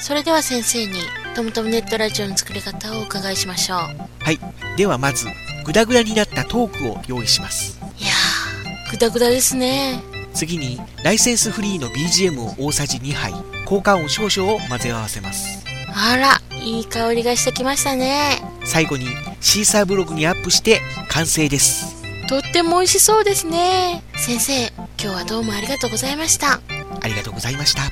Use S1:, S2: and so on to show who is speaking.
S1: それでは先生にトムトムネットラジオの作り方をお伺いしましょう
S2: はいではまずグダグダになったトークを用意します
S1: いやーグダグダですね
S2: 次にライセンスフリーの BGM を大さじ2杯効果音少々を混ぜ合わせます
S1: あらいい香りがしてきましたね
S2: 最後にシーサーブログにアップして完成です
S1: とっても美味しそうですね先生今日はどうもありがとうございました
S2: ありがとうございました